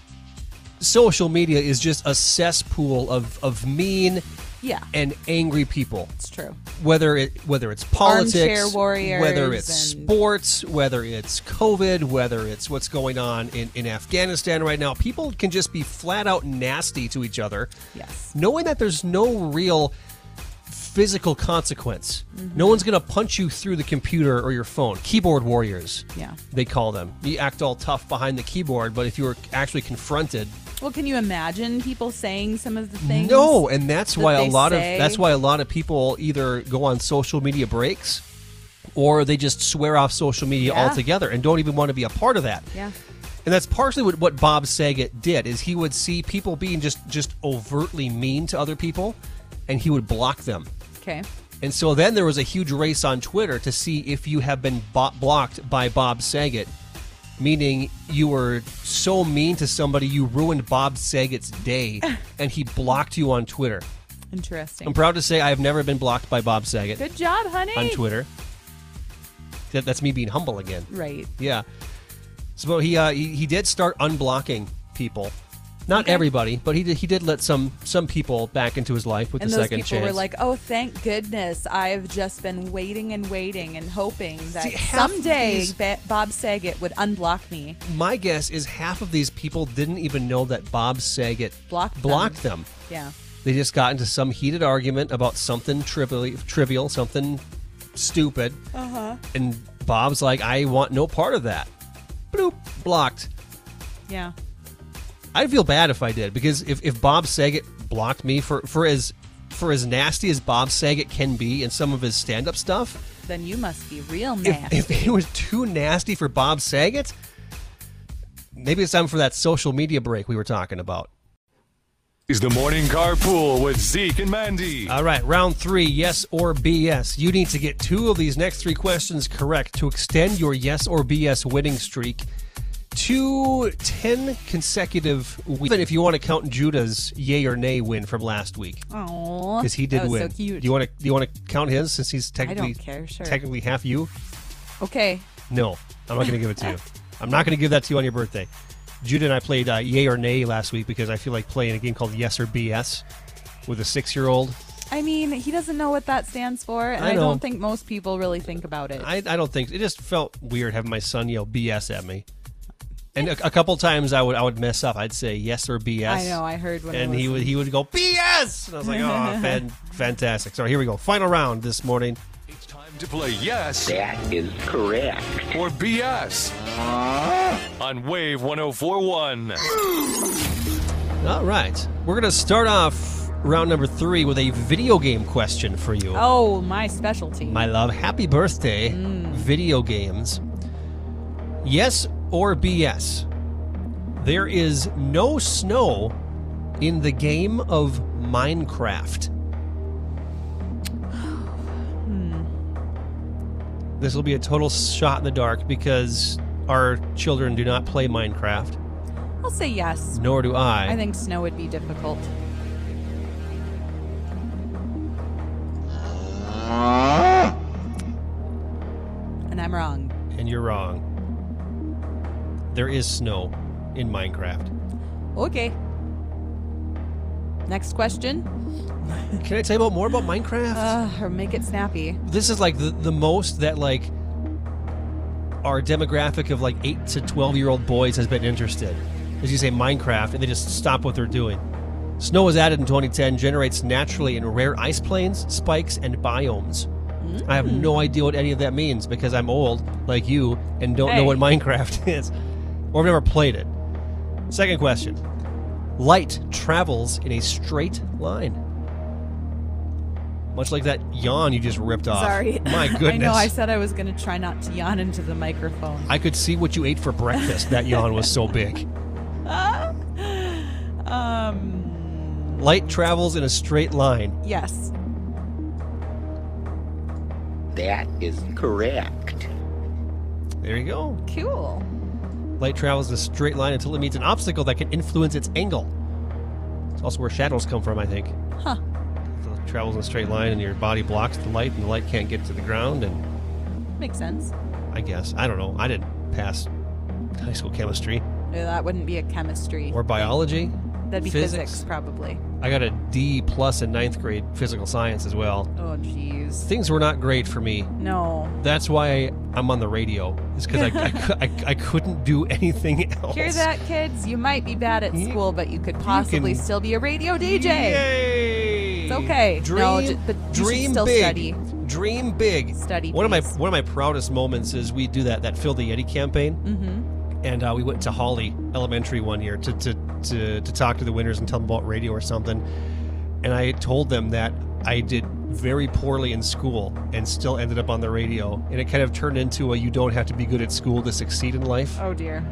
Speaker 4: social media is just a cesspool of of mean
Speaker 3: yeah,
Speaker 4: and angry people.
Speaker 3: it's true.
Speaker 4: whether it whether it's politics,
Speaker 3: Armchair warriors
Speaker 4: whether it's
Speaker 3: and-
Speaker 4: sports, whether it's COVID, whether it's what's going on in, in Afghanistan right now, people can just be flat out nasty to each other,
Speaker 3: Yes.
Speaker 4: knowing that there's no real physical consequence.
Speaker 3: Mm-hmm.
Speaker 4: No one's going to punch you through the computer or your phone. Keyboard warriors,
Speaker 3: Yeah.
Speaker 4: they call them. You act all tough behind the keyboard, but if you were actually confronted,
Speaker 3: Well, can you imagine people saying some of the things?
Speaker 4: no, and that's
Speaker 3: that
Speaker 4: why a
Speaker 3: they
Speaker 4: lot
Speaker 3: say.
Speaker 4: of that's why a lot of people either go on social media breaks or they just swear off social media
Speaker 3: Yeah.
Speaker 4: altogether and don't even want to be a part of that.
Speaker 3: Yeah.
Speaker 4: And that's partially what, what Bob Saget did is he would see people being just just overtly mean to other people and he would block them.
Speaker 3: Okay.
Speaker 4: And so then there was a huge race on Twitter to see if you have been bo- blocked by Bob Saget, meaning you were so mean to somebody you ruined Bob Saget's day and he blocked you on Twitter. I'm
Speaker 3: Interesting.
Speaker 4: proud to say I have never been blocked by Bob Saget
Speaker 3: Good job, honey.
Speaker 4: on Twitter. That, that's me being humble again.
Speaker 3: Right.
Speaker 4: Yeah. So he uh, he, he did start unblocking people. Not everybody, but he did, he did let some some people back into his life with
Speaker 3: And
Speaker 4: the
Speaker 3: those
Speaker 4: second
Speaker 3: people
Speaker 4: chance.
Speaker 3: were like, "Oh, thank goodness! I've just been waiting and waiting and hoping that
Speaker 4: See, half of
Speaker 3: someday
Speaker 4: these-
Speaker 3: ba- Bob Saget would unblock me."
Speaker 4: My guess is half of these people didn't even know that Bob Saget
Speaker 3: Blocked them.
Speaker 4: them.
Speaker 3: Yeah,
Speaker 4: They just got into some heated argument about something trivial, trivial something stupid. Uh-huh. And Bob's like, I want no part of that. Bloop, blocked.
Speaker 3: yeah.
Speaker 4: I'd feel bad if I did because if, if Bob Saget blocked me for, for as for as nasty as Bob Saget can be in some of his stand up stuff,
Speaker 3: Then you must be real
Speaker 4: if,
Speaker 3: mad.
Speaker 4: if he was too nasty for Bob Saget, maybe it's time for that social media break we were talking about.
Speaker 2: Is the morning carpool with Zeke and Mandy.
Speaker 4: All right, round three yes or BS. You need to get two of these next three questions correct to extend your yes or BS winning streak two 10 consecutive weeks. Even if you want to count Judah's yay or nay win from last week,
Speaker 3: Oh,
Speaker 4: because he did
Speaker 3: that was
Speaker 4: win.
Speaker 3: So cute.
Speaker 4: Do you want to do you want to count his since he's
Speaker 3: I
Speaker 4: technically
Speaker 3: don't care. Sure.
Speaker 4: technically half you?
Speaker 3: okay.
Speaker 4: No, I'm not going to give it to you. I'm not going to give that to you on your birthday. Judah and I played uh, Yay or Nay last week because I feel like playing a game called Yes or BS with a six year old.
Speaker 3: I mean, he doesn't know what that stands for, and
Speaker 4: I
Speaker 3: I,
Speaker 4: know.
Speaker 3: don't think most people really think about it.
Speaker 4: I, I don't think it just felt weird having my son yell BS at me. And a, a couple times I would I would mess up. I'd say yes or BS.
Speaker 3: I know. I heard when I
Speaker 4: and he
Speaker 3: listened.
Speaker 4: would he would go BS. And I was like, oh, fan, fantastic. So here we go. Final round this morning.
Speaker 2: It's time to play yes
Speaker 5: That is correct.
Speaker 2: or BS on Wave 1041.
Speaker 4: All right, we're gonna start off round number three with a video game question for you.
Speaker 3: Oh, my specialty.
Speaker 4: My love, happy birthday.
Speaker 3: Mm.
Speaker 4: Video games. Yes or BS? There is no snow in the game of Minecraft.
Speaker 3: Hmm.
Speaker 4: This will be a total shot in the dark because our children do not play Minecraft,
Speaker 3: I'll say yes.
Speaker 4: nor do I.
Speaker 3: I think snow would be difficult. And I'm wrong.
Speaker 4: and you're wrong. There is snow in Minecraft.
Speaker 3: Okay. Next question.
Speaker 4: Can I tell you about more about Minecraft?
Speaker 3: Uh, or make it snappy.
Speaker 4: this is like the, the most that like our demographic of like 8 to 12 year old boys has been interested as you say minecraft and they just stop what they're doing snow was added in 2010 generates naturally in rare ice plains spikes and biomes i have no
Speaker 3: Mm.
Speaker 4: idea what any of that means because i'm old like you and don't know
Speaker 3: Hey.
Speaker 4: what minecraft is or i've never played it second question light travels in a straight line much like that yawn you just ripped off
Speaker 3: Sorry.
Speaker 4: my goodness
Speaker 3: I know I said I was going to try not to yawn into the microphone.
Speaker 4: I could see what you ate for breakfast. That yawn was so big.
Speaker 3: Um,
Speaker 4: Light travels in a straight line.
Speaker 3: yes.
Speaker 5: That is correct.
Speaker 4: There you go.
Speaker 3: Cool.
Speaker 4: Light travels in a straight line until it meets an obstacle that can influence its angle. It's also where shadows come from, I think.
Speaker 3: Huh.
Speaker 4: So it travels in a straight line, and your body blocks the light, and the light can't get to the ground. And
Speaker 3: Makes sense.
Speaker 4: I guess I don't know. I didn't pass high school chemistry
Speaker 3: No, that wouldn't be a chemistry.
Speaker 4: or biology.
Speaker 3: That'd be
Speaker 4: physics.
Speaker 3: physics, probably.
Speaker 4: I got a D plus in ninth grade physical science as well.
Speaker 3: Oh, jeez.
Speaker 4: Things were not great for me
Speaker 3: No.
Speaker 4: That's why I'm on the radio. Is because I, I, cou- I, I couldn't do anything else.
Speaker 3: Hear that, kids? You might be bad at
Speaker 4: You-
Speaker 3: school, but you could possibly
Speaker 4: can-
Speaker 3: still be a radio DJ.
Speaker 4: Yay!
Speaker 3: It's okay.
Speaker 4: Dream,
Speaker 3: No, ju- but you should
Speaker 4: dream
Speaker 3: still
Speaker 4: big.
Speaker 3: study.
Speaker 4: Dream big.
Speaker 3: Study,
Speaker 4: One of
Speaker 3: please.
Speaker 4: my one of my proudest moments is we do that that Phil the Yeti campaign, mm-hmm. and uh, we went to Holly Elementary one year to, to to to talk to the winners and tell them about radio or something. And I told them that I did very poorly in school and still ended up on the radio, and it kind of turned into a you don't have to be good at school to succeed in life.
Speaker 3: Oh, dear.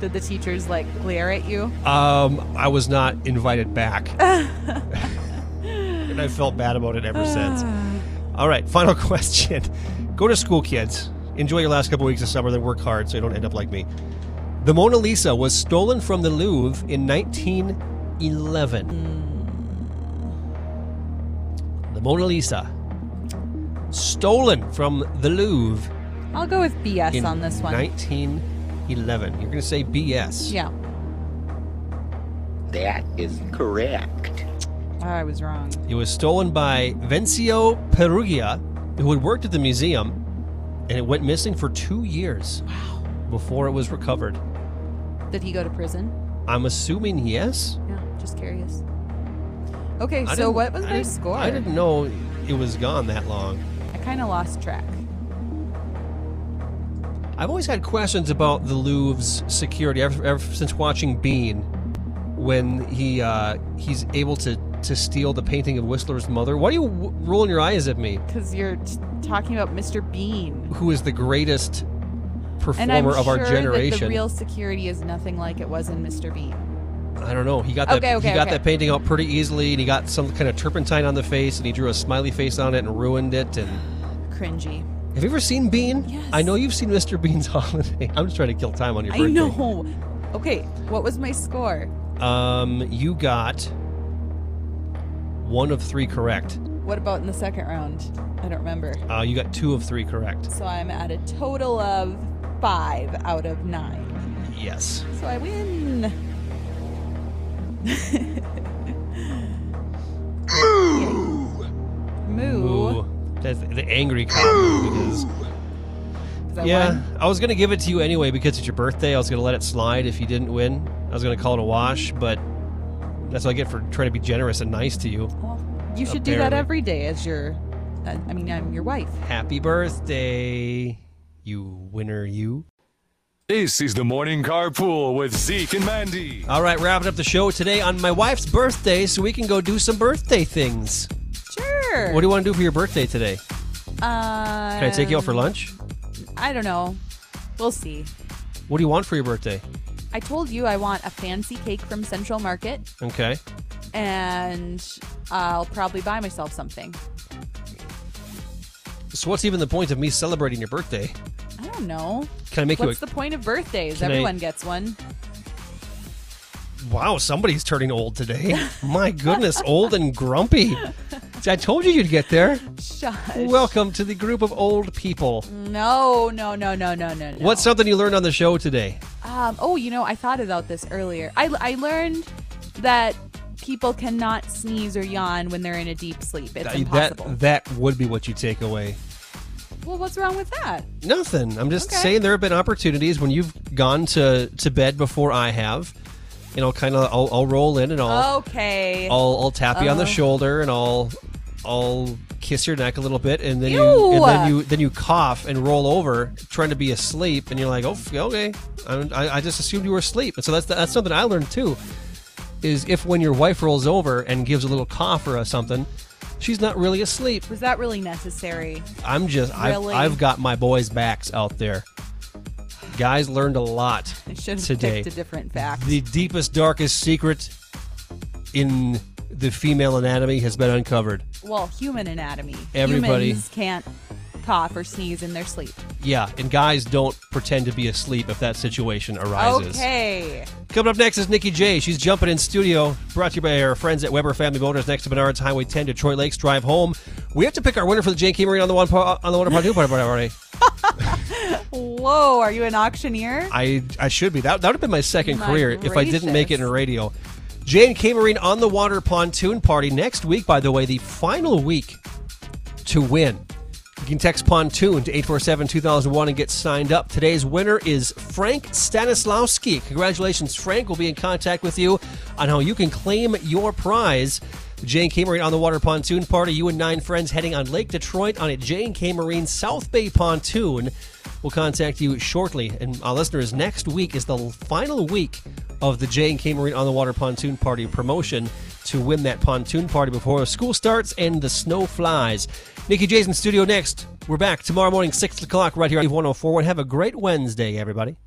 Speaker 3: Did the teachers, like, glare at you?
Speaker 4: Um, I was not invited back. and I felt bad about it ever since. All right, final question. Go to school, kids. Enjoy your last couple weeks of summer, then work hard so you don't end up like me. The Mona Lisa was stolen from the Louvre in 1911. The Mona Lisa. Stolen from the Louvre
Speaker 3: I'll go with BS
Speaker 4: in
Speaker 3: on this one.
Speaker 4: 1911. You're going to say BS.
Speaker 3: Yeah.
Speaker 5: That is correct.
Speaker 3: Oh, I was wrong.
Speaker 4: It was stolen by Vencio Perugia, who had worked at the museum, and it went missing for two years before it was recovered.
Speaker 3: Did he go to prison?
Speaker 4: I'm assuming yes.
Speaker 3: Yeah. Just curious. Okay,
Speaker 4: I
Speaker 3: so
Speaker 4: didn't-
Speaker 3: what was
Speaker 4: I
Speaker 3: my
Speaker 4: didn't-
Speaker 3: score?
Speaker 4: I didn't know it was gone that long.
Speaker 3: I kind of lost track.
Speaker 4: I've always had questions about the Louvre's security ever, ever since watching Bean, when he uh, he's able to to steal the painting of Whistler's mother. Why are you w- rolling your eyes at me?
Speaker 3: Because you're t- talking about Mr. Bean.
Speaker 4: Who is the greatest
Speaker 3: And I'm
Speaker 4: performer of
Speaker 3: sure
Speaker 4: our
Speaker 3: that the
Speaker 4: generation?
Speaker 3: real security is nothing like it was in Mr. Bean.
Speaker 4: I don't know. He got that.
Speaker 3: Okay, okay,
Speaker 4: he got
Speaker 3: okay.
Speaker 4: that painting out pretty easily, and he got some kind of turpentine on the face, and he drew a smiley face on it and ruined it. And
Speaker 3: Cringy.
Speaker 4: Have you ever seen Bean?
Speaker 3: Yes.
Speaker 4: I know you've seen Mr. Bean's Holiday. I'm just trying to kill time on your
Speaker 3: I
Speaker 4: birthday.
Speaker 3: know. Okay, what was my score?
Speaker 4: Um, you got one of three correct.
Speaker 3: What about in the second round? I don't remember.
Speaker 4: Uh, you got two of three correct.
Speaker 3: So I'm at a total of five out of nine.
Speaker 4: Yes.
Speaker 3: So I win. Moo. Moo.
Speaker 4: Ooh, that's the angry comment because
Speaker 3: Is that
Speaker 4: yeah,
Speaker 3: one?
Speaker 4: I was gonna give it to you anyway because it's your birthday. I was gonna let it slide if you didn't win. I was gonna call it a wash, but that's what I get for trying to be generous and nice to you.
Speaker 3: Well, you should do that
Speaker 4: Apparently.
Speaker 3: every day as your. I I mean, I'm your wife.
Speaker 4: Happy birthday, you winner, you.
Speaker 2: This is the morning carpool with Zeke and Mandy.
Speaker 4: All right, wrapping up the show today on my wife's birthday, so we can go do some birthday things.
Speaker 3: Sure.
Speaker 4: What do you want to do for your birthday today?
Speaker 3: Uh,
Speaker 4: Can I take you out for lunch?
Speaker 3: I don't know. We'll see.
Speaker 4: What do you want for your birthday?
Speaker 3: I told you I want a fancy cake from Central Market,
Speaker 4: Okay.
Speaker 3: and I'll probably buy myself something.
Speaker 4: So what's even the point of me celebrating your birthday?
Speaker 3: I don't know.
Speaker 4: Can I make
Speaker 3: What's
Speaker 4: you
Speaker 3: the point of birthdays?
Speaker 4: Can I-
Speaker 3: Everyone gets one.
Speaker 4: a Wow, somebody's turning old today. My goodness, old and grumpy. See, I told you you'd get there.
Speaker 3: Shush.
Speaker 4: Welcome to the group of old people.
Speaker 3: No, no, no, no, no, no. no.
Speaker 4: What's something you learned on the show today?
Speaker 3: Um, oh, you know, I thought about this earlier. I, I learned that people cannot sneeze or yawn when they're in a deep sleep. It's
Speaker 4: that
Speaker 3: impossible.
Speaker 4: that would be what you take away.
Speaker 3: well, what's wrong with that?
Speaker 4: Nothing. I'm just
Speaker 3: Okay.
Speaker 4: saying there have been opportunities when you've gone to, to bed before I have, and I'll kind of I'll, I'll roll in and I'll
Speaker 3: okay.
Speaker 4: I'll, I'll tap you on the
Speaker 3: Uh-huh.
Speaker 4: shoulder and I'll I'll kiss your neck a little bit and then you
Speaker 3: Ew.
Speaker 4: and then you then you cough and roll over trying to be asleep and you're like oh f- okay I'm- I, I just assumed you were asleep and so that's that's something I learned too is if when your wife rolls over and gives a little cough or a something she's not really asleep
Speaker 3: Was that really necessary?
Speaker 4: I'm just
Speaker 3: Really?
Speaker 4: I've, I've got my boys backs out there guys learned a lot
Speaker 3: I should have
Speaker 4: today
Speaker 3: picked a different fact.
Speaker 4: the deepest, darkest secret in the female anatomy has been uncovered.
Speaker 3: well, human anatomy.
Speaker 4: Everybody-
Speaker 3: Humans can't cough or sneeze in their sleep.
Speaker 4: Yeah, and guys don't pretend to be asleep if that situation arises.
Speaker 3: Okay.
Speaker 4: Coming up next is Nikki J. She's jumping in studio, brought to you by our friends at Weber Family Motors next to Menards Highway 10, Detroit Lakes Drive home. We have to pick our winner for the J.K. Marine on the one par- on the one part two part already.
Speaker 3: Whoa, are you an auctioneer?
Speaker 4: I I should be. That that would have been my second
Speaker 3: My
Speaker 4: career if I didn't make it in
Speaker 3: gracious.
Speaker 4: radio. Jay and K Marine on the water pontoon party next week. By the way, the final week to win. You can text pontoon to 847-2001 and get signed up. Today's winner is Frank Stanislawski. Congratulations, Frank. We'll be in contact with you on how you can claim your prize. The Jane K Marine on the water pontoon party. You and nine friends heading on Lake Detroit on a Jane K Marine South Bay pontoon. We'll contact you shortly. And our listeners, next week is the final week of the J and K Marine on the Water Pontoon Party promotion to win that pontoon party before school starts and the snow flies. Nikki J's oh in studio next. We're back tomorrow morning, 6 o'clock, right here on 1041. Have a great Wednesday, everybody.